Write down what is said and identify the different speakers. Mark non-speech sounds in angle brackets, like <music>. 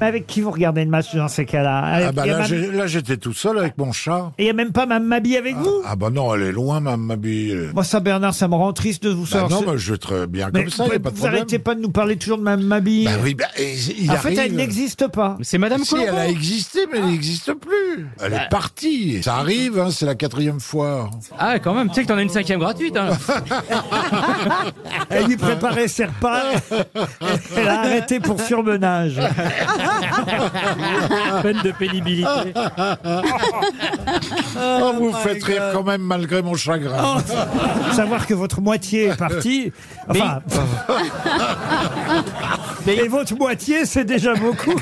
Speaker 1: Mais avec qui vous regardez le match dans ces cas-là Avec-
Speaker 2: Ah bah
Speaker 1: il y a
Speaker 2: là,
Speaker 1: Mam-
Speaker 2: j'ai- là, j'étais tout seul avec mon chat.
Speaker 1: Et il n'y a même pas Mme Mabi avec vous
Speaker 2: Ah bah non, elle est loin, ma Mabi.
Speaker 1: Moi, ça, Bernard, ça me rend triste de vous
Speaker 2: Bah
Speaker 1: savoir.
Speaker 2: non,
Speaker 1: ce-
Speaker 2: mais je vais très bien
Speaker 1: Mais
Speaker 2: comme ça, il
Speaker 1: vous,
Speaker 2: n'y a pas de
Speaker 1: vous
Speaker 2: problème.
Speaker 1: arrêtez pas de nous parler toujours de Mme Mabi.
Speaker 2: Bah oui, bah, et- il
Speaker 1: en
Speaker 2: arrive.
Speaker 1: fait, elle n'existe pas.
Speaker 3: C'est Madame
Speaker 2: Si, elle
Speaker 3: Colombo.
Speaker 2: a existé, mais elle
Speaker 1: Ah.
Speaker 2: n'existe plus. Elle
Speaker 1: Bah.
Speaker 2: est partie. Ça arrive, hein, c'est la quatrième fois.
Speaker 3: Ah, quand même, tu sais que t'en as une cinquième gratuite. Hein.
Speaker 1: Elle lui préparait ses
Speaker 2: <laughs>
Speaker 1: repas. elle a arrêté pour surmenage.
Speaker 3: <laughs> Peine de pénibilité.
Speaker 2: Oh, vous faites rire quand même malgré mon chagrin.
Speaker 1: Savoir que votre moitié est partie.
Speaker 3: <laughs>
Speaker 1: Enfin. Et votre moitié, c'est déjà beaucoup.